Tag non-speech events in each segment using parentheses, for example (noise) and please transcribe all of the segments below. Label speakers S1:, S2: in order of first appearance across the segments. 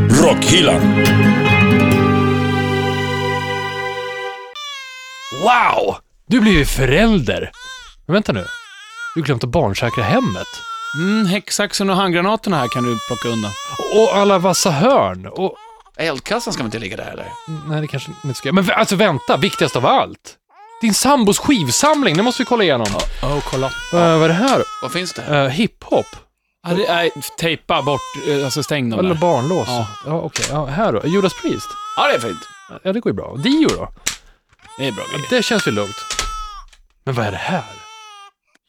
S1: Rockhyllan.
S2: Wow! Du blir ju förälder. Men vänta nu. Du har glömt att barnsäkra hemmet.
S3: Mm, häcksaxen och handgranaterna här kan du plocka undan.
S2: Och alla vassa hörn. Och...
S3: Eldkassan ska man inte ligga där eller?
S2: Nej, det kanske inte ska... Men vä- alltså vänta, viktigast av allt. Din sambos skivsamling, det måste vi kolla igenom.
S3: Åh, oh, kolla.
S2: Eh, vad är det här?
S3: Vad finns det?
S2: Uh, hiphop?
S3: Nej, tejpa bort, eh, alltså stäng dem
S2: Eller
S3: där.
S2: barnlås? Ja,
S3: Ja.
S2: okej. Ja, här då. Judas Priest?
S3: Ja, det är fint.
S2: Ja, det går ju bra. Dio då?
S3: Det är bra grejer.
S2: Det känns ju lugnt. Men vad är det här?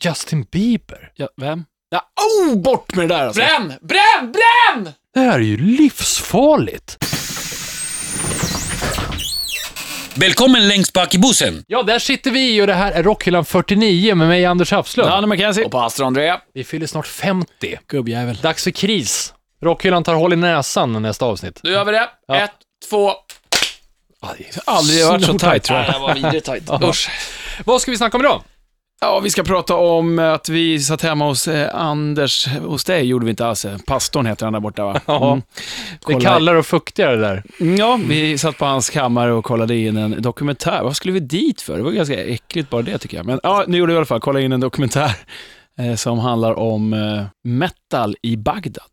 S2: Justin Bieber?
S3: Ja, vem? Ja, oh, bort med det där alltså. Bränn! Bränn! Bränn!
S2: Det här är ju livsfarligt.
S1: Välkommen längst bak i bussen.
S2: Ja, där sitter vi och det här är Rockhyllan 49 med mig, Anders Hafslund.
S3: Danne McKenzie. Och pastor André.
S2: Vi fyller snart 50.
S3: Gubbjävel.
S2: Dags för kris. Rockhyllan tar hål i näsan nästa avsnitt.
S3: Nu gör vi det.
S2: Ja.
S3: Ett, två. Aldrig varit så tajt tror jag. Det var vidrigt (laughs) tajt. Usch.
S2: Vad ska vi snacka om idag?
S3: Ja, vi ska prata om eh, att vi satt hemma hos eh, Anders, hos dig gjorde vi inte alls. eh, Pastorn heter han där borta va?
S2: Ja.
S3: Mm.
S2: Det är
S3: Kolla-
S2: kallare och fuktigare där.
S3: Ja, vi satt på hans kammare och kollade in en dokumentär. Vad skulle vi dit för? Det var ganska äckligt bara det tycker jag. Men ja, nu gjorde vi i alla fall, kolla in en dokumentär (laughs) eh, som handlar om eh, metal i Bagdad.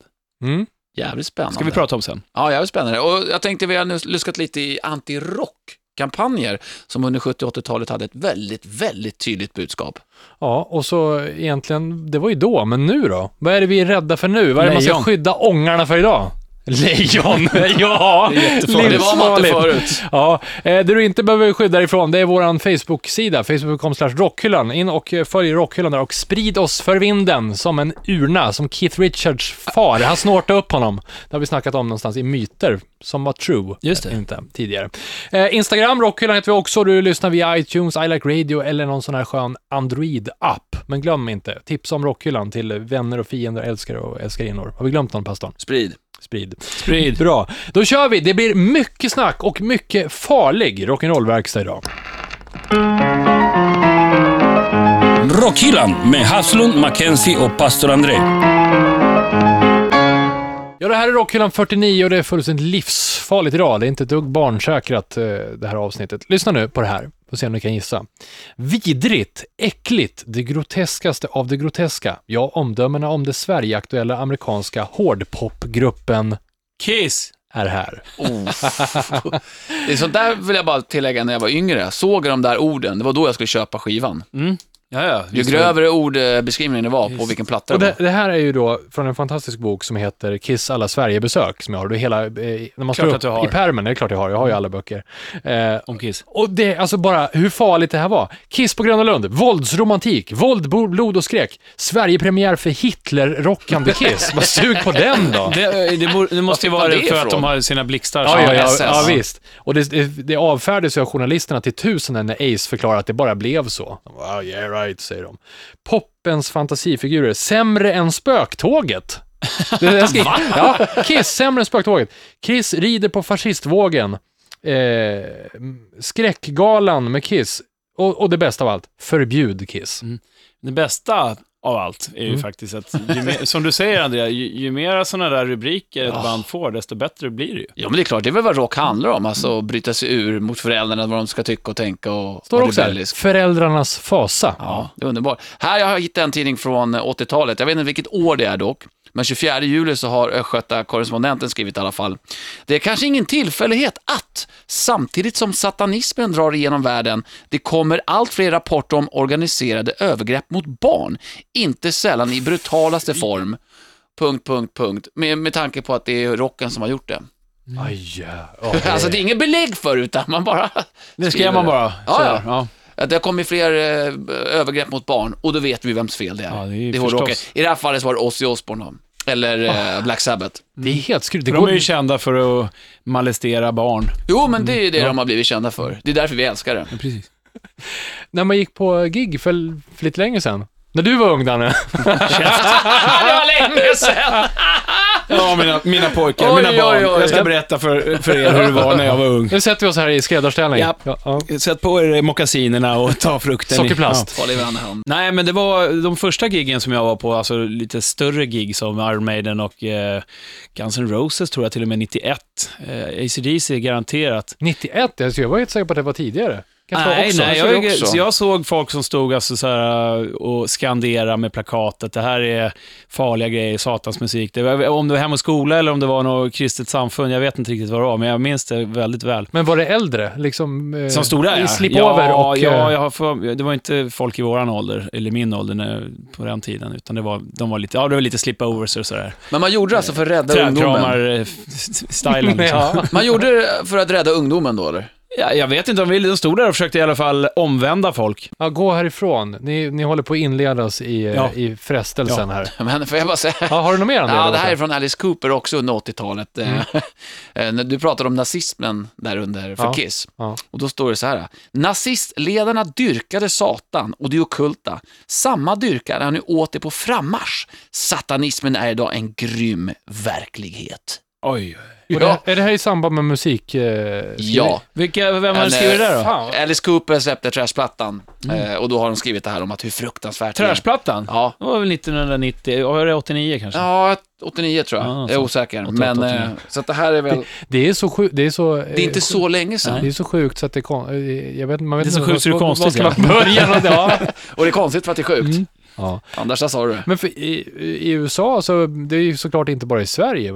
S2: Mm.
S4: Jävligt spännande.
S3: Ska vi prata om sen.
S4: Ja, jävligt spännande. Och jag tänkte vi har nu luskat lite i anti-rock-kampanjer som under 70 och 80-talet hade ett väldigt, väldigt tydligt budskap.
S2: Ja, och så egentligen, det var ju då, men nu då? Vad är det vi är rädda för nu? Vad är det man ska
S3: Lejon.
S2: skydda ångarna för idag? Lejon, ja!
S3: jättefarligt.
S4: Det var man inte förut.
S2: Ja, eh, det du inte behöver skydda dig ifrån, det är vår Facebook-sida, facebook.com slash rockhyllan. In och eh, följ rockhyllan där och sprid oss för vinden som en urna, som Keith Richards far. Han snortade upp honom. Det har vi snackat om någonstans i myter, som var true.
S3: Just det.
S2: Eh, Inte tidigare. Eh, Instagram, rockhyllan heter vi också. Du lyssnar via iTunes, I like radio eller någon sån här skön Android-app. Men glöm inte, tipsa om rockhyllan till vänner och fiender, älskare och älskarinnor. Har vi glömt någon, pastorn?
S4: Sprid.
S2: Sprid.
S3: Sprid.
S2: Bra. Då kör vi. Det blir mycket snack och mycket farlig rock'n'roll-verkstad idag.
S1: Rockhyllan med Haslund, Mackenzie och pastor André.
S2: Ja, det här är Rockhyllan 49 och det är fullständigt livsfarligt idag. Det är inte ett dugg barnsäkrat eh, det här avsnittet. Lyssna nu på det här, får se om ni kan gissa. Vidrigt, äckligt, det groteskaste av det groteska. Ja, omdömena om det Sverigeaktuella amerikanska hårdpopgruppen
S3: Kiss!
S2: är här.
S4: Oh. det är sånt där vill jag bara tillägga när jag var yngre. Jag såg de där orden, det var då jag skulle köpa skivan.
S3: Ja, ja.
S4: Ju
S3: visst.
S4: grövre ordbeskrivningen det var på vilken platta
S2: Och
S4: det
S2: det,
S4: var.
S2: det här är ju då från en fantastisk bok som heter Kiss alla Sverigebesök, som jag har. Du hela, eh, när man
S3: Klart
S2: slår
S3: att du
S2: upp
S3: har. Mm.
S2: i pärmen, det är klart jag har, jag har ju alla böcker. Eh,
S3: Om Kiss.
S2: Och det, alltså bara hur farligt det här var. Kiss på Gröna Lund, våldsromantik, våld, bo- blod och skräck. Sverigepremiär för Hitler-rockande Kiss. Vad sug på den då.
S3: Det, eh, det, bor- det måste ju
S4: Var
S3: vara
S4: kom
S3: det
S4: det
S3: för att
S4: ifrån?
S3: de har sina blixtar.
S2: Ja, ja, ja,
S4: SS.
S2: ja, visst. Och det, det- det avfärdas ju av journalisterna till tusen när Ace förklarar att det bara blev så. De bara, "Ah, yeah right, säger de. Poppens fantasifigurer, sämre än spöktåget. Det är skri- ja, Kiss, sämre än spöktåget. Kiss rider på fascistvågen. Eh, skräckgalan med Kiss. Och, och det bästa av allt, förbjud Kiss.
S3: Det bästa av allt är ju faktiskt att, ju mer, som du säger Andrea, ju, ju mera sådana där rubriker ett band får, desto bättre blir det ju.
S4: Ja, men det är klart, det är väl vad rock handlar om. Alltså att bryta sig ur mot föräldrarna, vad de ska tycka och tänka och
S2: Står
S4: vara
S2: också här,
S4: rebellisk.
S2: föräldrarnas fasa.
S4: Ja, det är underbart. Här har jag hittat en tidning från eh, 80-talet. Jag vet inte vilket år det är dock. Men 24 juli så har Östgöta korrespondenten skrivit i alla fall. Det är kanske ingen tillfällighet att samtidigt som satanismen drar igenom världen, det kommer allt fler rapporter om organiserade övergrepp mot barn. Inte sällan i brutalaste form. Punkt, punkt, punkt. Med, med tanke på att det är rocken som har gjort det.
S2: Aj, ja. Ja, det-
S4: Alltså det är inget belägg för utan man bara...
S3: Det
S4: skriver
S3: skrev man bara.
S4: Ja,
S3: sådär.
S4: ja. Att det har kommit fler eh, övergrepp mot barn och då vet vi vems fel det är.
S3: Ja, det är ju
S4: hårdrocken.
S3: förstås.
S4: I det här fallet så var det Ozzy Osbourne då. eller eh, Black Sabbath.
S2: det är helt skruvat. Det
S3: De
S2: går
S3: är ju kända för att molestera barn.
S4: Jo, men det är ju det de har blivit kända för. Det är därför vi älskar det.
S3: (laughs) Precis.
S2: när man gick på gig för,
S3: (laughs)
S2: för lite länge sedan. När du var ung Danne.
S4: det var länge sedan!
S3: Ja, mina, mina pojkar,
S4: Oj,
S3: mina barn.
S4: oj, oj.
S3: Jag ska berätta för, för er hur det var när jag var ung.
S2: Nu sätter vi oss här i skräddarställning.
S3: Japp.
S2: Ja, ja.
S3: Sätt på er mockasinerna och ta frukten. i-
S2: Sockerplast.
S4: Oliver Andersson.
S3: Nej, men det var de första giggen som jag var på, alltså lite större gig som Iron Maiden och eh, Guns N' Roses tror jag till och med 91. Eh, ACDC garanterat.
S2: 91? Alltså, jag var helt säker på att det var tidigare. Kanske
S3: nej,
S2: också.
S3: nej,
S4: jag tror
S3: jag,
S4: det också.
S3: så jag såg folk som stod alltså så här, och skanderade med plakatet, det här är farliga grejer, satans musik. Det var, om det var Hem och Skola eller om det var något kristet samfund, jag vet inte riktigt vad det var, men jag minns det väldigt väl.
S2: Men var det äldre? Liksom, eh,
S3: Som stod där,
S2: I
S3: ja.
S2: slipover
S3: ja,
S2: och...
S3: Ja,
S2: eh,
S3: jag har för, det var inte folk i våran ålder, eller min ålder när, på den tiden, utan det var, de var lite, ja, det var lite slipovers och sådär. eh,
S4: Men man gjorde det alltså för att rädda
S2: (laughs)
S4: ungdomen?
S3: Trädkramar-stilen. liksom.
S2: ja.
S4: Man gjorde det för att rädda ungdomen då, eller?
S3: ja, jag vet inte, de, ville, de stod där och försökte i alla fall omvända folk.
S2: ja, gå härifrån. Ni, ni håller på att inledas i, eh,
S3: Ja.
S2: i frestelsen här.
S4: Men får jag bara säga?
S2: Ja, har du något mer om det?
S4: Ja,
S2: eller
S4: det här är
S2: vad?
S4: från Alice Cooper också under 80-talet. Eh, (laughs) när Du pratade om nazismen där under för
S2: Ja,
S4: Kiss.
S2: ja.
S4: Och då står det så här. Nazistledarna dyrkade Satan och det ockulta. Samma dyrkan är nu åter på frammarsch. Satanismen är idag en grym verklighet.
S3: Oj.
S2: Och
S4: Ja.
S2: det, är det här i samband med musik? Eh,
S4: Ja.
S3: Vilka, vem
S4: Men,
S3: hade skrivit det där då?
S2: fan.
S4: Alice Cooper släppte Trashplattan eh, och då har de skrivit det här om att hur fruktansvärt det är.
S3: Trashplattan?
S4: Ja.
S3: Det var väl 1990, ja, var det 89 kanske?
S4: Ja, 89 tror jag.
S3: Ja,
S4: jag är
S3: så.
S4: osäker.
S3: 88,
S4: men,
S3: 89.
S4: eh, så att det här är väl...
S2: Det är så sjukt. Det är så... eh,
S4: Det är inte så länge sedan.
S2: Det är så sjukt så att det är kon- eh, jag vet, man vet
S3: Det är så
S2: inte
S3: sjukt så det är
S2: vad- vad-
S3: konstigt, Mm.
S2: Vad ska man börja?
S3: (laughs)
S2: med det? Ja.
S4: Och det är konstigt för att det är sjukt.
S2: Ja.
S4: Anders, där sa du det.
S2: Men för i, i USA, så, det är ju såklart inte bara i Sverige,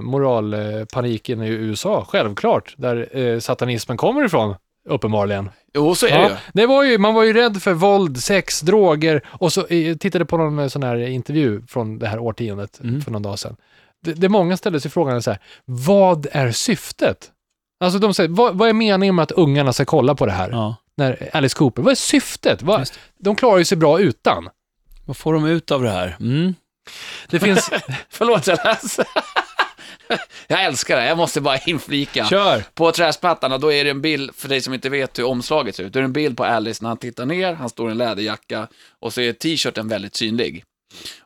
S2: moralpaniken i USA, självklart, där eh, satanismen kommer ifrån, uppenbarligen.
S4: Jo, så är det ju. (laughs)
S2: Ja, det var ju, man var ju rädd för våld, sex, droger och så eh, tittade på någon eh, sån här intervju från det här årtiondet för någon dag sedan. Det, det många ställde sig frågan så här, vad är syftet? Alltså de säger, vad, vad är meningen med att ungarna ska kolla på det här?
S3: Ja.
S2: När Alice Cooper, vad är syftet? Vad,
S3: Just
S2: de klarar ju sig bra utan.
S3: Vad får de ut av det här? Mm.
S2: Det (laughs) finns,
S4: Förlåt, jag läser. (laughs) Jag älskar det, jag måste bara inflika.
S3: Kör!
S4: På träsplattan, och då är det en bild, för dig som inte vet hur omslaget ser ut, då är det en bild på Alice när han tittar ner, han står i en läderjacka och så är t-shirten väldigt synlig.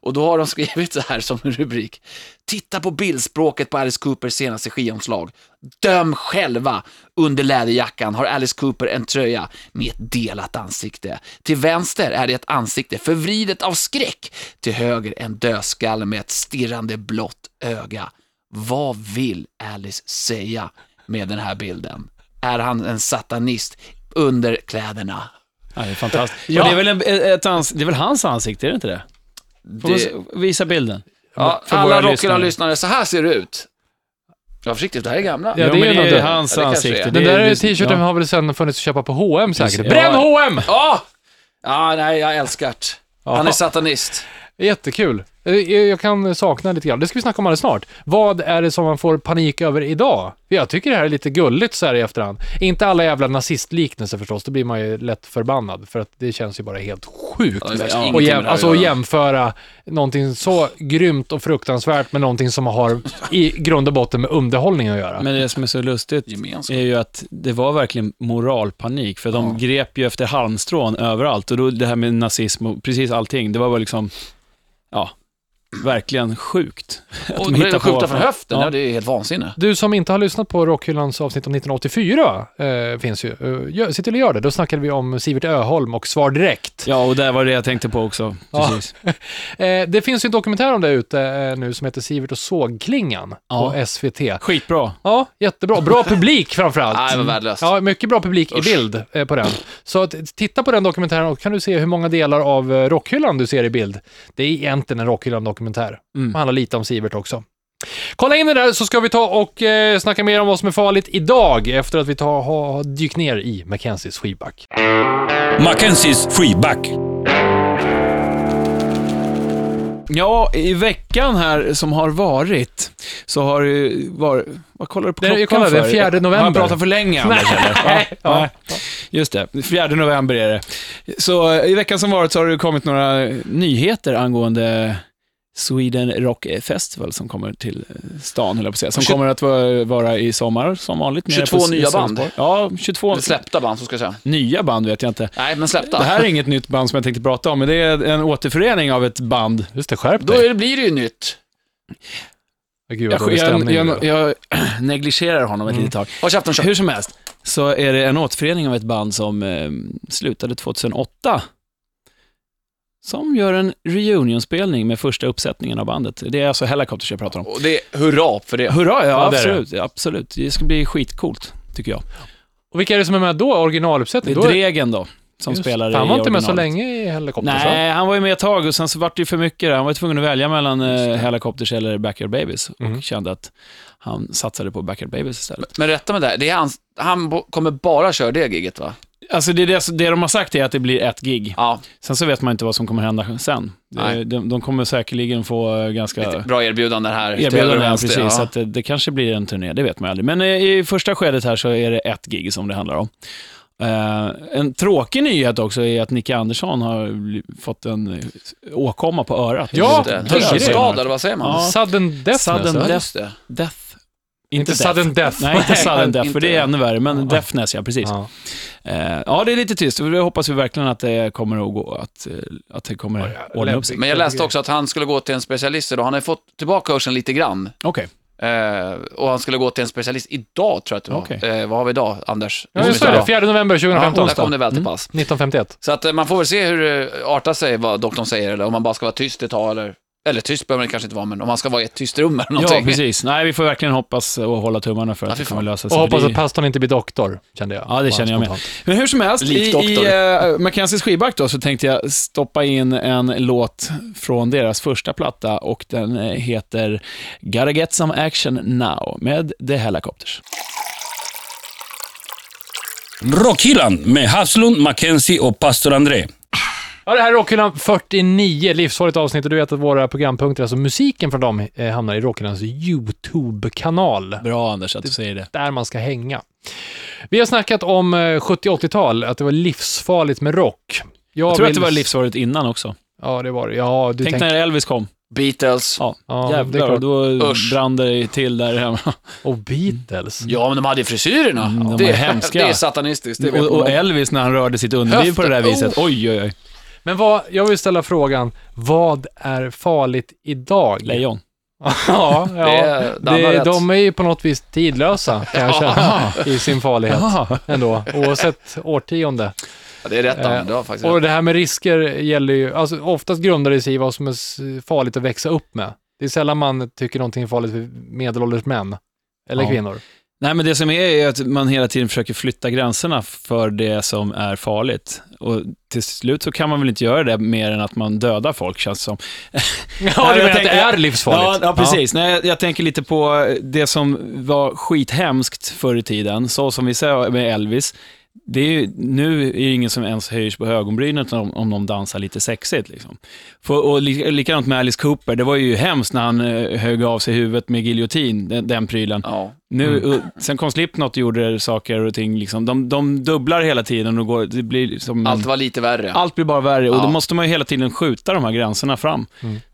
S4: Och då har de (laughs) skrivit så här som en rubrik. Titta på bildspråket på Alice Coopers senaste skivomslag. Döm själva! Under läderjackan har Alice Cooper en tröja med ett delat ansikte. Till vänster är det ett ansikte förvridet av skräck. Till höger en dödskalle med ett stirrande blått öga. Vad vill Alice säga med den här bilden? Är han en satanist under kläderna?
S3: Ja, det är fantastiskt. ja. det, är väl en, ett ans- det är väl hans ansikte, är det inte det? Får
S4: Det-
S3: vi- Visa bilden.
S4: Ja,
S3: för våra
S4: alla
S3: lyssnare.
S4: Rockyland-lyssnare, så här ser det ut. Ja, försiktigt, det här är gamla.
S2: Ja,
S3: Ja,
S2: det är
S3: men
S2: ju
S3: det
S2: någon-
S3: är hans
S4: Ja, det kanske
S3: ansikte.
S4: är.
S3: Det
S2: den där
S3: det-
S2: t-shirten
S3: ja.
S2: har väl sen funnits att köpa på H&M säkert.
S3: Precis.
S2: Bränn
S3: Ja.
S2: H&M!
S4: Ja! Ja, nej, jag älskar det. Han är satanist.
S2: Jättekul. Eh, Jag kan sakna lite grann. Det ska vi snacka om alldeles snart. Vad är det som man får panik över idag? För Jag tycker det här är lite gulligt så här i efterhand. Inte alla jävla nazistliknelser förstås, då blir man ju lätt förbannad för att det känns ju bara helt sjukt.
S4: Ja, det är faktiskt
S2: Och
S4: ingenting med
S2: jäm,
S4: det
S2: alltså
S4: att
S2: att
S4: göra.
S2: jämföra någonting så grymt och fruktansvärt med någonting som har i grund och botten med underhållning att göra.
S3: Men det som är så lustigt
S4: Gemenskap.
S3: är ju att det var verkligen moralpanik, för de grep ju efter halmstrån överallt. Och då det här med nazism och precis allting, det var bara liksom, ja, verkligen sjukt. de
S4: Och de
S3: hittar på
S4: skjuta
S3: vad
S4: från
S3: fan.
S4: höften, ja.
S3: Ja.
S4: det är helt vansinne.
S2: Du som inte har lyssnat på Rockhyllans avsnitt om 1984 eh, finns ju. Eh, gör- sitt och gör det. Då snackade vi om Sivert Öholm och Svar Direkt.
S3: Ja, och det var det jag tänkte på också.
S2: Ja.
S3: Precis.
S2: Eh, det finns ju en dokumentär om det ute eh, nu som heter Sivert och sågklingan på
S3: Ja.
S2: SVT.
S3: Skitbra.
S2: Ja, jättebra. Bra publik framförallt.
S4: Nej, vad värdelöst.
S2: Ja, mycket bra publik
S4: Usch.
S2: i bild eh, på den. Så att, titta på den dokumentären och kan du se hur många delar av eh, Rockhyllan du ser i bild. Det är egentligen en Rockhyllan-dokumentär.
S3: Mm.
S2: Det handlar lite om Sivert också. Kolla in det där så ska vi ta och eh, snacka mer om vad som är farligt idag efter att vi tar, ha, har dykt ner i Mackenzies skivback.
S1: Mackenzies freeback.
S3: Ja, i veckan här som har varit, så har det ju varit... Vad kollar du på
S2: Nej,
S3: klockan
S2: jag kollar,
S3: för?
S2: den fjärde november.
S3: Har jag pratat för länge, Anders,
S4: (laughs)
S3: eller? Ja,
S2: Ja.
S3: ja. Just det, fjärde november är det. Så eh, i veckan som varit så har det ju kommit några eh, nyheter angående Sweden Rock Festival som kommer till eh, stan, höll jag på att säga. Som
S4: Tjugo-
S3: kommer att vara- vara i sommar, som vanligt. nere
S4: 22
S3: på-
S4: nya band.
S3: Ja, 22
S4: Eller släppta band, så ska jag säga.
S3: nya band vet jag inte.
S4: Nej, men släppta.
S3: Det här är inget nytt band som jag tänkte prata om, men det är en återförening av ett band
S2: Just det, skärp
S4: Då
S2: dig.
S4: är det, blir det ju nytt.
S2: Gud vad
S3: Jag,
S2: dålig
S3: jag,
S2: stämning.
S3: jag,
S2: det
S3: jag Mm. negligerar honom ett litet tag.
S4: Håll käften, kör.
S3: Hur som helst, så är det en återförening av ett band som eh, slutade 2008. Som gör en reunionspelning med första uppsättningen av bandet. Det är alltså Hellacopters jag pratar om.
S4: Och det är hurra för det.
S3: Hurra, ja,
S2: Ja, det är
S3: absolut, absolut. Det ska bli skitcoolt, tycker jag.
S2: Och vilka är det som är med då?
S3: Det
S2: Originaluppsättning?
S3: är
S2: Då
S3: Dregen då, som
S2: Just,
S3: spelar i
S2: Han var inte med så
S3: originalet.
S2: länge i Helikopters va?
S3: Nej, han var ju med ett tag och sen så vart det ju för mycket där. Han var ju tvungen att välja mellan eh, Hellacopters eller Backyard Babies och
S2: Mm.
S3: kände att han satsade på Backyard Babies istället.
S4: Men rätta mig där, det är hans, han bo- kommer bara köra det giget va?
S3: Alltså det, är det, det de har sagt är att det blir ett gig.
S4: Ja,
S3: Sen så vet man inte vad som kommer hända sen.
S4: Nej.
S3: Det- De, de kommer säkerligen få eh, ganska
S4: bra erbjudande här. till höger och
S3: erbjudanden,
S4: vänster,
S3: precis.
S4: ja.
S3: Så att eh, det, det kanske blir en turné, det vet man ju aldrig. Men eh, i första skedet här så är det ett gig som det handlar om. Eh, en tråkig nyhet också är att Nicke Andersson har bli- fått en eh, åkomma på örat.
S2: Ja,
S4: Just det.
S2: det är det.
S4: Hörselskada, eller vad säger man?
S3: Ja.
S2: Sudden Death
S3: Sudden
S2: nästan.
S4: Ja,
S3: Death.
S4: just det.
S3: Death.
S2: Inte sudden death.
S3: Nej,
S2: (laughs)
S3: inte sudden death,
S4: inte-
S3: för det är ännu värre. Men deafness, ja precis. Ja.
S2: Ja.
S3: ja, det är lite tyst. Vi hoppas vi verkligen att det kommer att gå, att, eh, att det kommer
S2: Ja, ja,
S3: ordna upp sig.
S2: lämpligt.
S4: Men jag läste också att han skulle gå till en specialist idag. Han har ju fått tillbaka hörseln lite grann.
S3: Okej.
S4: Eh, och han skulle gå till en specialist idag, tror jag att det var.
S3: Okej.
S4: Eh, vad har vi idag, Anders?
S2: Ja, just det. 4 november 2015.
S4: Där kom det väl till
S3: Mm.
S4: pass.
S2: 1951.
S4: Så att eh, man får väl se hur det artar sig, vad doktorn säger, eller om man bara ska vara tyst ett tag, eller... Eller tyst behöver man kanske inte vara, men om man ska vara i ett tyst rum eller
S3: Ja,
S4: någonting.
S3: precis. Nej, vi får verkligen hoppas och hålla tummarna för
S4: Ja,
S3: att
S4: fy
S3: det kommer
S4: fan.
S3: lösa sig.
S2: Och hoppas
S3: Det är-
S2: att pastorn inte blir doktor, kände jag.
S3: Ja, det
S2: Bara
S3: känner jag med.
S2: spontant.
S3: Men hur som helst, i,
S4: Lik
S3: i
S4: doktor.
S3: uh, Mackenzies skivback då, så tänkte jag stoppa in en låt från deras första platta och den eh, heter Gotta Get Some Action Now med The Helicopters.
S1: Rockhyllan med Haslund, Mackenzie och pastor André.
S2: Ja, det här är Rockhyllan 49, livsfarligt avsnitt och du vet att våra programpunkter, alltså musiken från dem, eh, hamnar i Rockhyllans YouTube-kanal.
S3: Bra Anders att du säger det.
S2: Där man ska hänga. Vi har snackat om eh, 70-80-tal, att det var livsfarligt med rock.
S3: Jag tror att
S2: vill-
S3: det var livsvaret innan också.
S2: Ja, det var det. Ja, du
S3: Tänk
S2: tänkte...
S3: när Elvis kom.
S4: Beatles.
S3: Ja,
S2: Ja, det är
S3: jävlar,
S2: klart.
S3: då
S4: Usch.
S3: brann det till där hemma.
S2: Och Beatles.
S4: Ja, men de hade ju frisyrerna.
S3: Mm, de
S4: det,
S3: var hemska.
S4: (laughs) det är satanistiskt. Det vet
S3: Och, och
S4: man.
S3: Elvis när han rörde sitt underliv på det där
S4: Höften.
S3: viset. Oj, oj, oj.
S2: Men vad, jag vill ställa frågan, vad är farligt idag?
S3: Lejon.
S2: Ja, ja.
S4: Det är- Dan har
S2: det,
S4: rätt.
S2: de är ju på något vis tidlösa, kan jag känna, i sin farlighet ändå, oavsett årtionde.
S4: Ja, det är rätt,
S2: Eh,
S4: Anne. Det var faktiskt
S2: Och
S4: rätt.
S2: det här med risker gäller ju, alltså oftast grundar det sig i vad som är s- farligt att växa upp med. Det är sällan man tycker någonting är farligt för medelålders män. Eller
S3: Ja.
S2: kvinnor.
S3: Nej, men det som är, är att man hela tiden försöker flytta gränserna för det som är farligt. Och till slut så kan man väl inte göra det mer än att man dödar folk, känns det som.
S2: Ja,
S3: jag
S2: du menar att det
S3: tänkte-
S2: är livsfarligt?
S3: Ja, ja precis. Nej, jag- jag tänker lite på det som var skithemskt förr i tiden, så som vi sa med Elvis. Det är ju, nu är det ingen som ens höjs på ögonbrynet om, om de dansar lite sexigt. Liksom. För, och li, likadant med Alice Cooper, det var ju hemskt när han eh, högg av sig huvudet med giljotin, den, den prylen.
S4: Ja.
S3: Nu,
S2: Mm.
S3: och, sen kom Slipknot och gjorde saker och ting. Liksom. De, de dubblar hela tiden och går, det blir som...
S4: Allt var lite värre.
S3: Mm. Allt blir bara värre och
S4: Ja.
S3: då måste man ju hela tiden skjuta de här gränserna fram.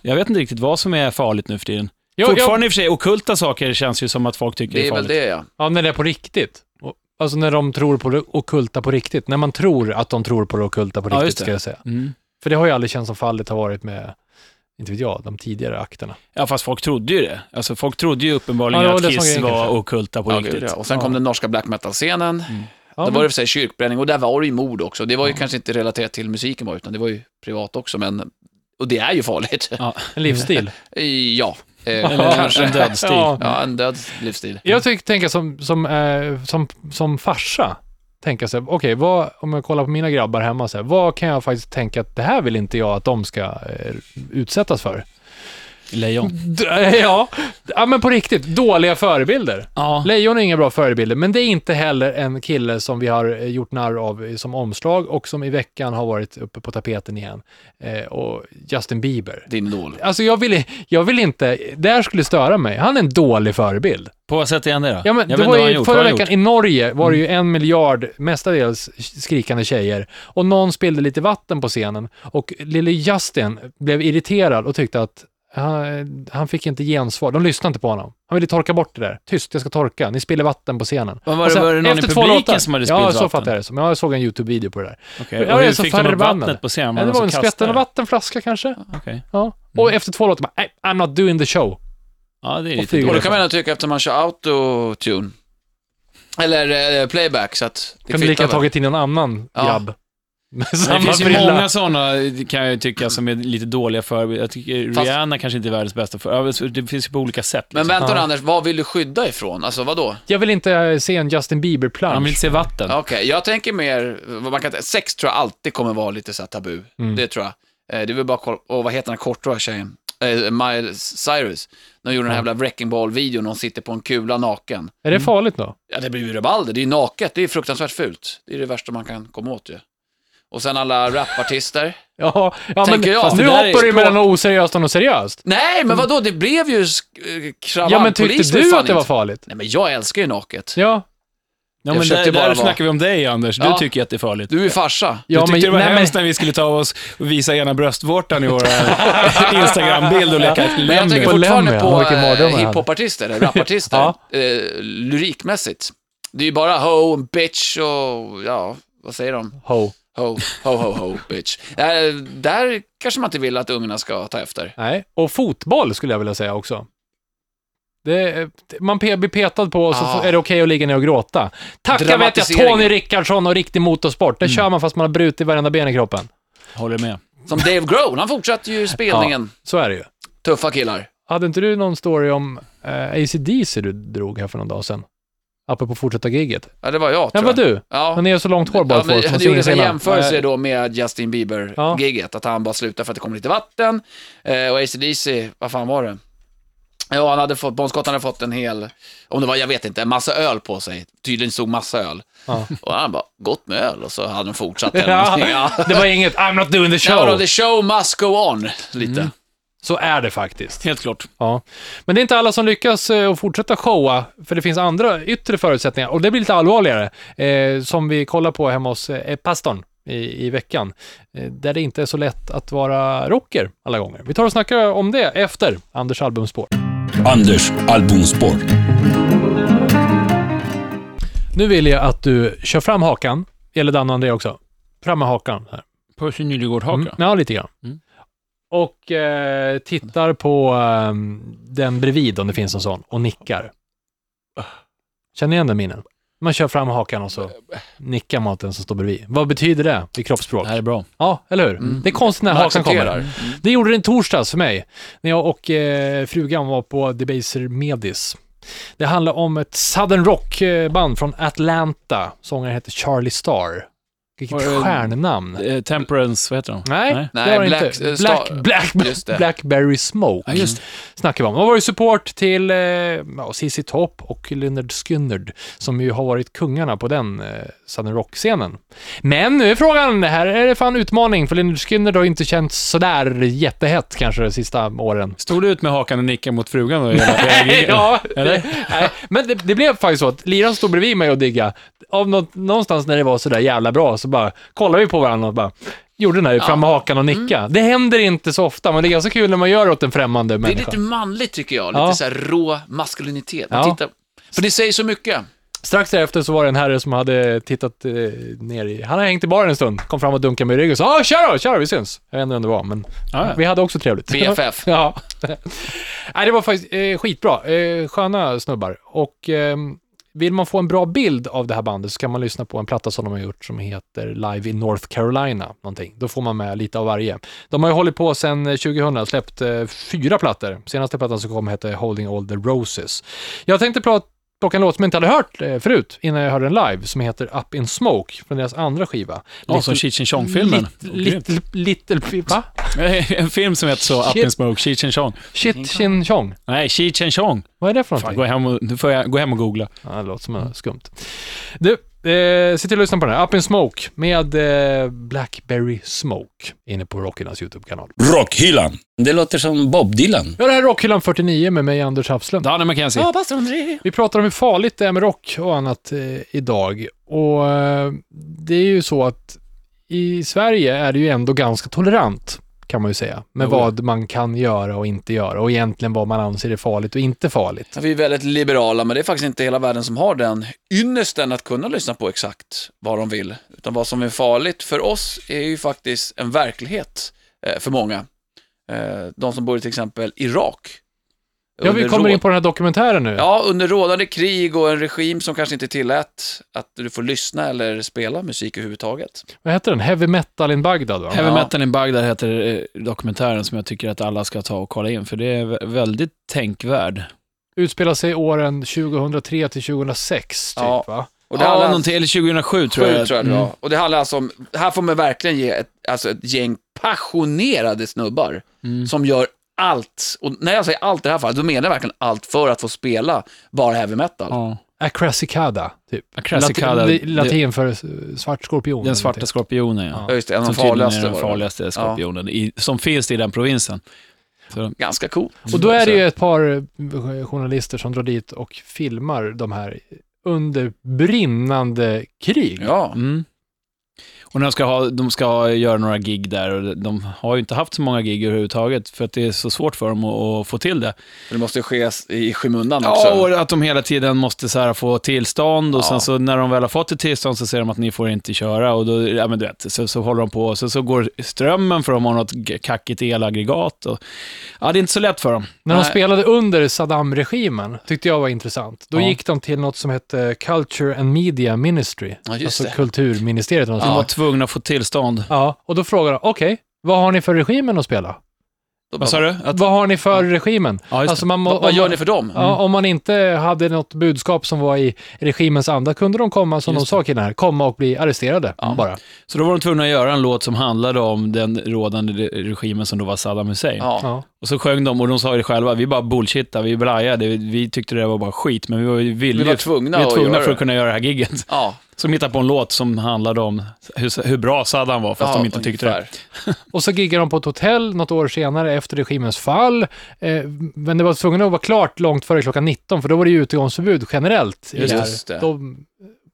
S3: Jag vet inte riktigt vad som är farligt nu för tiden.
S2: Mm. Jo,
S3: Fortfarande i och för sig, ockulta saker känns ju som att folk tycker
S4: det är väl
S3: farligt.
S4: det, ja.
S2: Ja, när det är på riktigt. Och- Alltså när de tror på det ockulta på riktigt. När man tror att de tror på det ockulta på
S3: Ja,
S2: riktigt,
S3: just det.
S2: ska jag säga.
S3: Mm.
S2: För det har ju aldrig känts som fallet har varit med, inte vet jag, de tidigare akterna.
S3: Ja, fast folk trodde ju det. Alltså, folk trodde ju uppenbarligen
S2: Ja, det var
S3: att
S2: det som
S3: Kiss
S2: grejen
S3: var
S2: kanske.
S3: ockulta på
S4: Ja,
S3: riktigt.
S4: gud, ja. Och sen kom den norska black metal-scenen.
S2: Ja,
S4: då
S2: men-
S4: var det för sig kyrkbränning och där var det ju mord också. Det var ju kanske inte relaterat till musiken bara, utan det var ju privat också. Men, och det är ju farligt. (laughs)
S3: Ja.
S2: En livsstil.
S4: ja,
S3: (laughs)
S4: eh,
S3: Eller en
S4: kanske.
S3: dödsstil.
S2: Ja.
S4: Ja, en död livsstil.
S2: Jag tycker, tänker som, som, eh, som, som farsa, tänka så här, okej, vad- om jag kollar på mina grabbar hemma, så här, vad kan jag faktiskt tänka att det här vill inte jag att de ska eh, utsättas för?
S3: Lejon.
S2: D- (laughs) ja. ja, men på riktigt, dåliga förebilder.
S3: Ja.
S2: Lejon är inga bra förebilder, men det är inte heller en kille som vi har eh, gjort narr av eh, som omslag och som i veckan har varit uppe på tapeten igen. Eh, och Justin Bieber.
S4: Din idol.
S2: Alltså jag vill, jag vill inte, det här skulle störa mig. Han är en dålig förebild.
S3: På vad sätt är han det då?
S2: Ja, men
S3: jag
S2: det
S3: vet inte
S2: var
S3: vad han
S2: ju,
S3: gjort.
S2: förra
S3: Vad har han
S2: veckan
S3: gjort? Mm.
S2: i Norge var det ju en miljard, mestadels skrikande tjejer, och någon spillde lite vatten på scenen. Och lille Justin blev irriterad och tyckte att han, han fick inte gensvar. De lyssnade inte på honom. Han ville torka bort det där. Tyst, jag ska torka. Ni spiller vatten på scenen.
S3: Vad var
S2: Och
S3: det- var det någon i
S2: Alltså, efter två
S3: publiken
S2: låtar-
S3: som hade
S2: Ja,
S3: spillt
S2: så
S3: vatten?
S2: fattar jag det som. Jag såg en YouTube-video på det där.
S3: Okej,
S2: Jag
S3: Och
S2: är
S3: hur
S2: så
S3: fick de upp
S2: förbannad.
S3: vattnet på scenen?
S2: Nej, det
S3: någon
S2: var en
S3: som
S2: skvättande
S3: kastade?
S2: vattenflaska kanske.
S3: Okej.
S2: Ja. Och efter två låtar bara, "Nej, I'm not doing the show.
S3: Ja, det är
S2: Och
S3: lite
S2: flyger.
S4: Och
S3: dåligt.
S4: det kan man ändå tycka eftersom man kör autotune. Eller eh, playback, så att det
S2: Kunde lika
S4: kvittar
S2: ha
S4: väl.
S2: tagit in någon annan
S4: Ja.
S2: grabb. (laughs) Med
S3: Men
S2: samma
S3: Det finns ju
S2: brilla.
S3: många sådana, kan jag ju tycka, som är lite dåliga för. Jag tycker
S4: Fast-
S3: Rihanna kanske inte är världens bästa för. ja, så Det finns ju på olika sätt. Liksom.
S4: Men vänta nu
S2: Ja.
S4: Anders, vad vill du skydda ifrån? Alltså vadå?
S2: Jag vill inte eh, se en Justin Bieber-plansch.
S3: Han vill inte se vatten.
S4: Okej, jag tänker mer, vad man kan, sex tror jag alltid kommer vara lite så här tabu.
S2: Mm.
S4: Det tror jag. Eh, Det är väl bara kolla, och vad heter den här kortrådiga tjejen? Eh, Miles Cyrus. När hon gjorde den här jävla wrecking ball-videon, hon sitter på en kula naken.
S2: Är det farligt då?
S4: Ja, det blir ju rabalder, det är ju naket, det är ju fruktansvärt fult. Det är det värsta man kan komma åt ju. Och sen alla rapartister.
S2: Ja, ja men
S4: Tänker jag. Fast
S2: nu
S4: det där är
S2: hoppar du
S4: språk-
S2: mellan oseriöst och något seriöst.
S4: Nej, men vadå, det blev ju sk- eh, kravall.
S2: Ja, men tyckte
S4: Polis var
S2: du
S4: fan
S2: att det var
S4: inte-
S2: farligt?
S4: Nej, men jag älskar ju naket.
S2: Ja.
S3: Ja,
S4: Jag
S3: men
S4: försökte
S3: där,
S4: bara
S3: där
S4: vara-
S3: snackar vi om dig, Anders. Du
S4: Ja.
S3: tycker att det är farligt.
S4: Du är ju farsa.
S2: Ja,
S3: du tyckte
S2: men-
S3: det var
S2: nej, men-
S3: hemskt när vi skulle ta oss och visa ena bröstvårtan i vår eh, Instagram-bild och leka
S4: Men jag tänker
S2: På
S4: fortfarande
S2: Lemmy, ja,
S4: på
S2: vilken mardröm jag
S4: eh,
S2: hade.
S4: hiphopartister, eller rapartister,
S2: (laughs) Ja.
S4: eh, lyrikmässigt. Det är ju bara ho, bitch och ja, vad säger de?
S2: Ho.
S4: Ho, ho, ho, ho, bitch. Eh, där kanske man inte vill att ungarna ska ta efter.
S2: Nej. Och fotboll skulle jag vilja säga också. Det, är- man pe- blir petad på och så
S4: Ja.
S2: får- är det okej att ligga ner och gråta. Tacka vet jag
S4: Dramatiseringen.
S2: Tony Rickardsson och riktig motorsport. Det
S4: Mm.
S2: kör man fast man har brutit varenda ben i kroppen.
S3: Håller med.
S4: Som Dave Grohl, han fortsatte ju spelningen.
S2: Så är det ju.
S4: Tuffa killar.
S2: Hade inte du någon story om eh, ACDC du drog här för någon dag sedan? Apropå fortsätta gigget.
S4: Ja, det var jag
S2: Ja,
S4: tror
S2: var
S4: jag.
S2: du.
S4: Ja.
S2: Han är ju så långt hår bara
S4: Ja, men
S2: folk som
S4: det gjordes en
S2: singelsinnar.
S4: jämförelse
S2: Nej.
S4: då med Justin
S2: Ja.
S4: Bieber-giget, att han bara slutade för att det kom lite vatten. Eh, och AC/DC, vad fan var det? Ja, han hade fått, Bon Scott hade fått en hel, om det var, jag vet inte, en massa öl på sig. Tydligen stod massa öl.
S2: Ja.
S4: Och han bara, gott med öl, och så hade
S2: (laughs)
S4: de fortsatt.
S2: Ja,
S4: (laughs) ja.
S2: det var inget I'm not doing the
S4: Ja, då,
S2: show. Mm.
S4: the show must go on, lite.
S2: Så är det faktiskt.
S3: Helt klart.
S2: Ja. Men det är inte alla som lyckas eh, att fortsätta showa, för det finns andra yttre förutsättningar. Och det blir lite allvarligare, eh, som vi kollar på hemma hos eh, pastorn i, i veckan, eh, där det inte är så lätt att vara rocker alla gånger. Vi tar och snackar om det efter Anders albumspår.
S1: Anders albumspår.
S2: Nu vill jag att du kör fram hakan, eller Dan och André också. Fram med hakan här.
S3: Percy Nylgård-haka.
S2: Mm. Ja, lite grann.
S3: Mm.
S2: Och eh, tittar på eh, den bredvid, om det finns en sån, och nickar. Känner ni igen den minen? Man kör fram hakan och så nickar man åt den som står bredvid. Vad betyder det i kroppsspråk?
S3: Det här är bra.
S2: Ja, eller hur? Det är konstigt när
S4: Mm. Man
S2: hakan kommer. Mm.
S4: accepterar.
S2: Det gjorde den torsdags för mig, när jag och eh, frugan var på Debaser Medis. Det handlar om ett southern rock-band från Atlanta. Sångaren heter Charlie Starr. Vilket
S3: Och, eh,
S2: stjärnnamn.
S3: Eh, Temperance, vad heter de?
S2: Nej,
S4: Nej,
S2: det var det
S4: Black-
S2: inte.
S4: eh,
S2: Black,
S4: Star-
S2: Black,
S4: Just det.
S2: (laughs) Blackberry Smoke
S3: Ja, just det.
S2: snackar vi om. Det var ju support till eh, ja, ZZ Top och Leonard Skynnerd som ju har varit kungarna på den eh, Southern Rock-scenen. Men nu är frågan, det här är det fan utmaning för Leonard Skynnerd har ju inte känts sådär jättehett kanske de sista åren.
S3: Stod du ut med hakan och nickade mot frugan då? hela-
S2: (laughs) ja,
S3: Eller?
S2: nej, men det, det blev faktiskt så att Liran stod bredvid mig och digga. Av nå, någonstans när det var sådär jävla bra så bara kollade vi på varandra och bara gjorde den där fram med hakan och nicka. Det händer inte så ofta, men det är ganska kul när man gör det åt en främmande
S4: Mm. Det är
S2: människa.
S4: lite manligt tycker jag, lite
S2: Ja.
S4: så här rå maskulinitet.
S2: Ja.
S4: Titta. För det säger så mycket.
S2: Strax därefter så var det en herre som hade tittat eh, ner i... Han hade hängt i baren en stund, kom fram och dunkade mig i ryggen och sa "Ah, ”Kör då, kör då, vi syns”. Jag vet inte vem det var, men
S3: Ja, ja.
S2: vi hade också trevligt.
S4: BFF.
S2: (laughs) ja. Nej, det var faktiskt eh, skitbra. Eh, sköna snubbar. Och ehm, vill man få en bra bild av det här bandet så kan man lyssna på en platta som de har gjort som heter Live in North Carolina. Någonting. Då får man med lite av varje. De har ju hållit på sedan 2000, släppt eh, fyra plattor. Senaste plattan som kom hette Holding All the Roses. Jag tänkte prata plocka en låt som jag inte hade hört eh, förut innan jag hörde den live, som heter Up in Smoke från deras andra skiva.
S3: Ja, som Cheech and Chong-filmen. (laughs)
S2: Little, little, little, va?
S3: En film som heter så, Up in
S2: Shit.
S3: Smoke, Cheech and Chong.
S2: Shit, chin, chong.
S3: Nej, Cheech and Chong.
S2: Vad är det för någonting?
S3: Fan, gå hem och, nu får jag gå hem och googla.
S2: Ja, det låter som något skumt. Du, eh, se till att lyssna på den här. Up in Smoke med eh, Blackberry Smoke inne på Rockynas YouTube-kanal.
S1: Rockhyllan. Det låter som Bob Dylan.
S2: Ja, det här är Rockhyllan 49 med mig, Anders Hafslund.
S3: Danne McKenzie.
S2: Vi pratar om hur farligt det är med rock och annat eh, idag. Och eh, det är ju så att i Sverige är det ju ändå ganska tolerant kan man ju säga, med
S3: Jo.
S2: vad man kan göra och inte göra och egentligen vad man anser är farligt och inte farligt.
S4: Vi är väldigt liberala, men det är faktiskt inte hela världen som har den ynnesten att kunna lyssna på exakt vad de vill. Utan vad som är farligt för oss är ju faktiskt en verklighet eh, för många. Eh, De som bor i till exempel Irak,
S2: Ja, vi
S4: under
S2: kommer
S4: rå-
S2: in på den här dokumentären nu.
S4: Ja, under rådande krig och en regim som kanske inte tillät att du får lyssna eller spela musik överhuvudtaget.
S2: Vad heter den? Heavy Metal in Bagdad, va?
S3: Heavy
S4: Ja.
S3: Metal in Bagdad heter eh, dokumentären som jag tycker att alla ska ta och kolla in, för det är vä- väldigt tänkvärd.
S2: Utspelar sig åren 2003 till 2006, typ,
S4: Ja.
S2: va?
S4: Och det
S3: ja,
S4: handlar-
S3: någonting, eller 2007 tror
S4: Sju
S3: jag.
S4: tror jag det
S3: Mm.
S4: var. Och det handlar alltså om, här får man verkligen ge ett, alltså ett gäng passionerade snubbar
S3: Mm.
S4: som gör allt, och när jag säger allt i det här fallet, då menar jag verkligen allt för att få spela bara heavy metal.
S3: Ja.
S2: Acrasicada, Äh, typ.
S3: Acrasicada,
S2: Lati-
S3: det-
S2: latin för s- svart skorpion.
S3: Den
S2: eller
S3: svarta
S2: någonting.
S3: skorpionen, ja.
S4: Ja, just det, en av
S3: Som
S4: de
S3: tydligen
S4: farligaste.
S3: är den
S4: var det.
S3: farligaste skorpionen i, som finns i den provinsen. Så,
S4: Ganska cool.
S2: Och då är det ju ett par eh, journalister som drar dit och filmar de här under brinnande krig.
S4: Ja,
S3: mm. Och när de ska, ha, de ska ha, göra några gig där och de har ju inte haft så många gig överhuvudtaget för att det är så svårt för dem att, att få till det.
S4: det måste ske i skymundan också.
S3: Ja, och att de hela tiden måste så här få tillstånd och
S4: Ja.
S3: sen så när de väl har fått ett tillstånd så säger de att ni får inte köra och då, ja men du vet, så, så håller de på och så, så går strömmen för de har något g- kackigt elaggregat och, ja det är inte så lätt för dem.
S2: När de
S4: Nej.
S2: spelade under Saddam-regimen tyckte jag var intressant. Då
S3: Ja.
S2: gick de till något som hette Culture and Media Ministry.
S4: Ja, just
S2: alltså
S4: det.
S2: kulturministeriet. eller
S3: De var
S2: Ja.
S3: tvungna att få tillstånd.
S2: ja, och då frågade de, okej, vad har ni för regimen att spela?
S4: Då bara,
S3: Vad sa du? Att,
S2: Vad har ni för regimen?
S3: ja, just
S2: Alltså man må,
S4: Vad, vad
S2: om
S4: gör
S2: man-
S4: ni för dem?
S3: Mm.
S4: Mm.
S2: Ja, om man inte hade något budskap som var i regimens anda kunde de komma, som
S3: Just
S2: de sa killarna här, komma och bli arresterade bara.
S3: det. Så då var de tvungna att göra en låt som handlade om den rådande re- regimen som då var Saddam Hussein.
S4: Ja.
S2: Ja.
S3: Och så sjöng de, och de sa ju det själva, vi bara bullshitade, vi blajade, vi, vi tyckte det var bara skit, men vi var ju villiga.
S4: Vi var tvungna
S3: vi var
S4: att
S3: tvungna
S4: göra
S3: för
S4: det.
S3: att kunna göra det här gigget.
S4: Ja,
S3: Som hittade på en låt som handlade om hur, hur bra Saddam var, fast
S4: ja,
S3: de inte tyckte det.
S4: ungefär.
S2: Och så giggade de på ett hotell något år senare efter regimens fall. Eh, men det var tvungen att vara klart långt före klockan 19, för då var det ju utegångsförbud generellt. i
S4: Just
S2: här.
S4: det.
S2: De,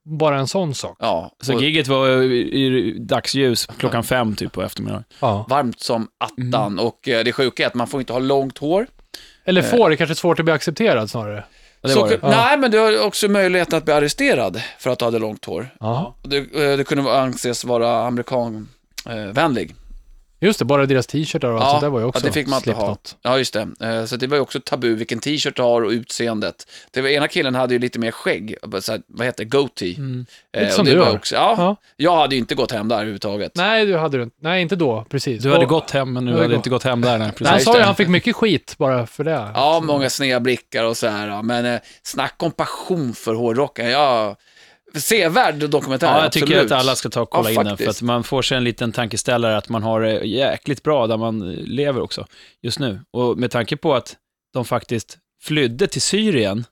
S2: bara en sån sak.
S4: Ja,
S3: Så
S4: och
S3: gigget var i, i dagsljus, klockan fem typ på eftermiddagen.
S2: Ja.
S4: varmt som attan
S3: Mm.
S4: och eh, det sjuka är att man får inte ha långt hår.
S2: Eller får, det kanske är svårt att bli accepterad snarare.
S3: Ja, det
S4: så,
S3: var det.
S4: kun- Nej, men du har också möjlighet att bli arresterad för att du hade långt hår.
S2: Ja.
S4: Det, eh, det kunde vara- anses vara amerikanvänlig.
S2: Just det, bara deras t-shirtar och allt sånt där var ju också
S4: det fick man inte ha.
S2: slipknot.
S4: Ja, just det. Eh, Så det var ju också tabu vilken t-shirt du har och utseendet. Det var, ena killen hade ju lite mer skägg, så här, vad heter det, goatee. Eh,
S2: Mm. Lite
S4: och
S2: som
S4: det
S2: du
S4: var
S2: har.
S4: Också, ja,
S2: Ja.
S4: jag hade ju inte gått hem där överhuvudtaget.
S2: Nej, du hade du inte. Nej, inte då, precis.
S3: Du hade
S2: Och-
S3: gått hem, men du
S2: det
S3: hade
S2: går.
S3: inte gått hem där. Nej,
S2: Han
S3: precis.
S4: just
S2: sa ju
S4: det.
S2: att han fick mycket skit bara för det.
S4: Ja, många sneda blickar och så här. ja. Men eh, snacka om passion för hårdrocken. Ja, sevärd dokumentär,
S3: Ja, jag tycker
S4: absolut.
S3: att alla ska ta och kolla
S4: Ja,
S3: in den, för
S4: faktiskt.
S3: att man får sig en liten tankeställare att man har det jäkligt bra där man lever också, just nu. Och med tanke på att de faktiskt flydde till Syrien,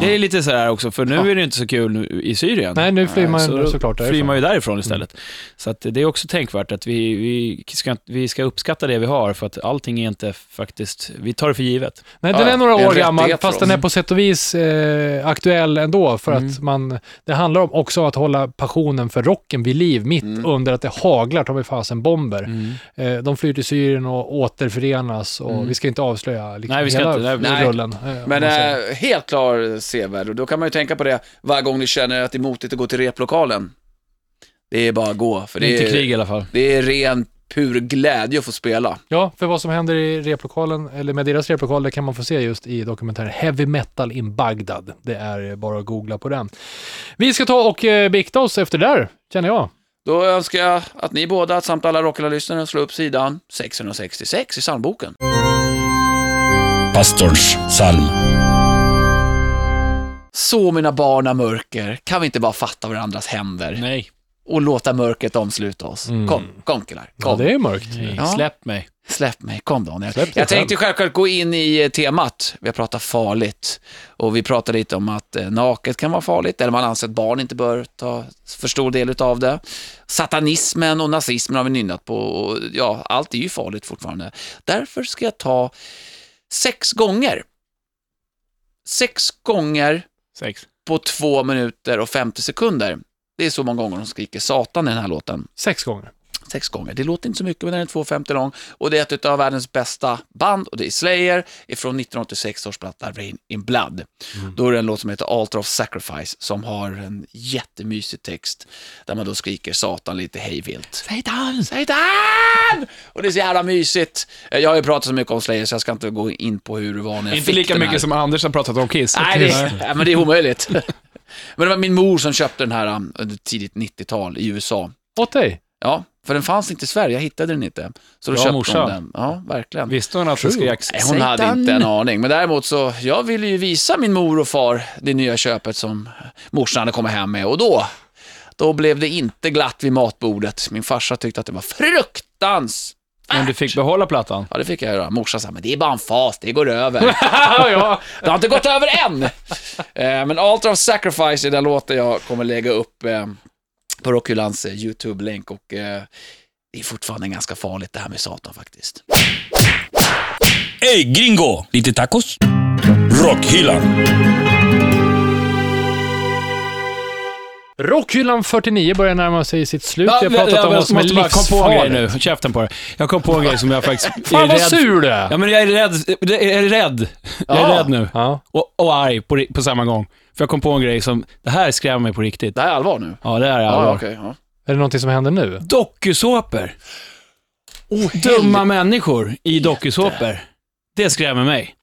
S3: det är lite så här också, för nu är det inte så kul nu i Syrien.
S2: Nej, nu flyr man
S3: Så då
S2: ju såklart
S3: flyr
S2: därifrån.
S3: man ju därifrån istället. Så att det är också tänkvärt att vi, vi, ska, vi ska uppskatta det vi har, för att allting är inte faktiskt, vi tar det för givet.
S2: Nej,
S4: Ja,
S2: den
S4: ja.
S2: är några
S4: Det är en
S2: år gammal,
S4: rättighet för
S2: fast den
S4: oss.
S2: är på sätt och vis eh, aktuell ändå, för att
S3: Mm.
S2: man, det handlar om också att hålla passionen för rocken vid liv, mitt
S3: Mm.
S2: under att det haglar, ta mig fasen, bomber. Eh, de flyr till Syrien och återförenas och vi ska inte avslöja
S3: Mm.
S2: liksom,
S3: Nej, vi ska
S2: hela
S3: inte-
S4: nej.
S2: rullen. eh, om man
S4: Men
S2: säger.
S4: eh, helt klar sevärd. Och då kan man ju tänka på det varje gång ni känner att det är motigt att gå till replokalen. Det är bara att gå, för
S3: Det är
S4: det
S3: inte
S4: är,
S3: krig i alla fall.
S4: det är ren pur glädje att få spela.
S2: Ja, för vad som händer i replokalen, eller med deras replokal, det kan man få se just i dokumentären Heavy Metal in Bagdad. Det är eh, bara att googla på den. Vi ska ta och eh, bikta oss efter det där, känner jag.
S4: Då önskar jag att ni båda, samt alla Rockela-lyssnare, slår upp sidan 666 i psalmboken.
S1: Pastorns psalm.
S4: Så mina barna mörker, kan vi inte bara fatta varandras händer
S3: Nej,
S4: och låta mörkret omsluta oss? Kom, kom killar,
S2: Mm. Ja,
S4: kom.
S2: det är mörkt.
S3: Mm.
S4: Ja.
S3: släpp mig.
S4: Släpp mig, kom Daniel.
S2: Släpp dig
S4: jag tänkte
S2: själv.
S4: självklart gå in i eh, temat, vi har pratat farligt och vi pratar lite om att eh, naket kan vara farligt, eller man anser att barn inte bör ta för stor del av det. Satanismen och nazismen har vi nynnat på och ja, allt är ju farligt fortfarande. Därför ska jag ta sex gånger, sex gånger
S3: Sex.
S4: på två minuter och 50 sekunder. Det är så många gånger de skriker Satan i den här låten.
S2: Sex gånger.
S4: sex gånger. Det låter inte så mycket, men den är 2,50 lång. Och det är ett av världens bästa band och det är Slayer ifrån 1986 års platta Rain in Blood.
S3: Mm.
S4: Då är det en låt som heter Altar of Sacrifice som har en jättemysig text där man då skriker Satan lite hejvilt. Satan! Satan! Och det är så jävla mysigt. Eh, Jag har ju pratat så mycket om Slayer så jag ska inte gå in på hur det var när jag
S3: Inte
S4: fick
S3: lika
S4: den här.
S3: mycket som Anders har pratat om Kiss.
S4: Nej, det, nej, men det är omöjligt. (laughs) men det var min mor som köpte den här um, under tidigt 90-tal i USA.
S2: Åt dig.
S4: Ja, för den fanns inte i Sverige, jag hittade den inte. Så då
S3: Bra
S4: köpte
S3: morsa.
S4: hon den. Ja, verkligen.
S3: Visste hon att det
S2: True.
S3: skrek
S4: Nej, hon hade inte en aning, men däremot så, jag ville ju visa min mor och far det nya köpet som morsan hade kommit hem med och då, då blev det inte glatt vid matbordet. Min farsa tyckte att det var fruktans.
S3: Men du fick behålla plattan.
S4: Ja, det fick jag göra. Morsan sa, men det är bara en fas, det går över.
S2: ja,
S4: Det har inte gått över än! Eh, men Altar of Sacrifice är den låten jag kommer lägga upp eh, på Rockhyllans eh, YouTube-länk och eh, det är fortfarande ganska farligt det här med Satan faktiskt.
S1: Ey gringo! Lite tacos? Rockhyllan.
S2: Rockhyllan 49 börjar närma sig sitt slut. Vi har
S3: Ja,
S2: pratat om vad som är
S3: måste bara kom på en grej nu.
S2: livsfarligt.
S3: Käften på dig. Jag kom på en grej som jag (laughs) faktiskt
S2: Fan
S3: är
S2: vad
S3: rädd-
S2: sur du är.
S3: Ja, men jag är rädd. Jag är rädd. Jag är
S4: Ja.
S3: rädd nu.
S2: Ja.
S3: Och, och arg på, på samma gång. För jag kom på en grej som, det här skrämmer mig på riktigt.
S4: Det här är allvar nu?
S3: Ja, det här är
S4: Ja,
S3: allvar.
S4: ja, okej. ja.
S2: Är det någonting som händer nu?
S3: Dokusåpor. Dumma människor i dokusåpor. Det skrämmer mig.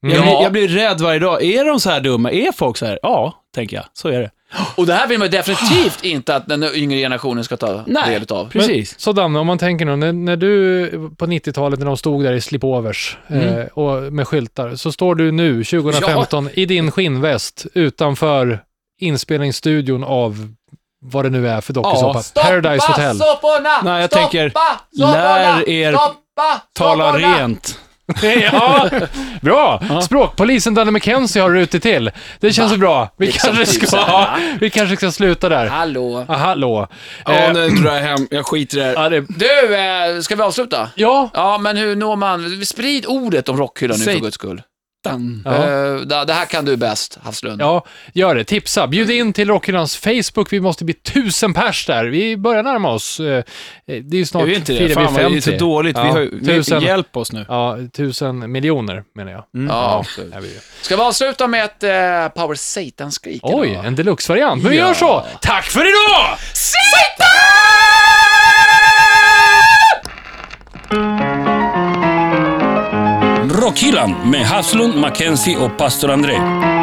S3: Jag,
S2: Ja.
S3: blir, jag blir rädd varje dag. Är de så här dumma? Är folk så här? Ja, tänker jag. Så är det.
S4: Och det här vill man definitivt inte att den yngre generationen ska ta
S3: Nej.
S4: del av.
S2: Men,
S3: Precis.
S2: Så Danne, om man tänker nu, när, när du på 90-talet när de stod där i slipovers
S3: Mm.
S2: eh, och med skyltar, så står du nu 2015 i din skinnväst utanför inspelningsstudion av vad det nu är för dokusåpa. Paradise Hotel.
S4: Soporna!
S3: Nej, jag tänker, lär er
S4: Stoppa
S3: Tala
S4: soporna!
S3: rent.
S2: (laughs)
S3: (laughs)
S2: ja, bra! Språkpolisen Danne McKenzie har rutit till. Det känns bra. Vi
S4: Liksom
S2: kanske,
S4: typ
S2: ska,
S4: så här,
S2: vi kanske ska sluta där.
S4: Hallå.
S2: Ah, hallå.
S3: Ja,
S2: Eh,
S3: nu drar jag hem. Jag skiter i det här.
S2: ja, det,
S4: Du, eh, ska vi avsluta?
S2: ja,
S4: Ja, men hur når man... Sprid ordet om rockhyllan nu för
S3: Säg-
S4: guds skull.
S2: Ja.
S4: Eh, det, det här kan du bäst,
S3: Mm.
S4: Havslund.
S2: Mm. Ja, gör det. Tipsa. Bjud in till Rockhyllans Facebook. Vi måste bli tusen pers där. Vi börjar närma oss. eh, Det är ju
S3: Är
S2: snart
S3: vi inte det?
S2: firar vi
S3: Fan, vad det är så
S2: 50.
S3: dåligt.
S2: Ja,
S3: Vi har, ju-
S2: tusen,
S3: vi, hjälp Mm. oss nu.
S2: ja, tusen miljoner menar jag.
S4: Ja.
S2: Är vi ju.
S4: Ska vi avsluta med ett eh, Power Satan-skrik
S2: Oj,
S4: idag?
S2: en deluxe-variant. Men vi gör så! Tack för idag!
S1: Rockhyllan med Haslund, Mackenzie och pastor André.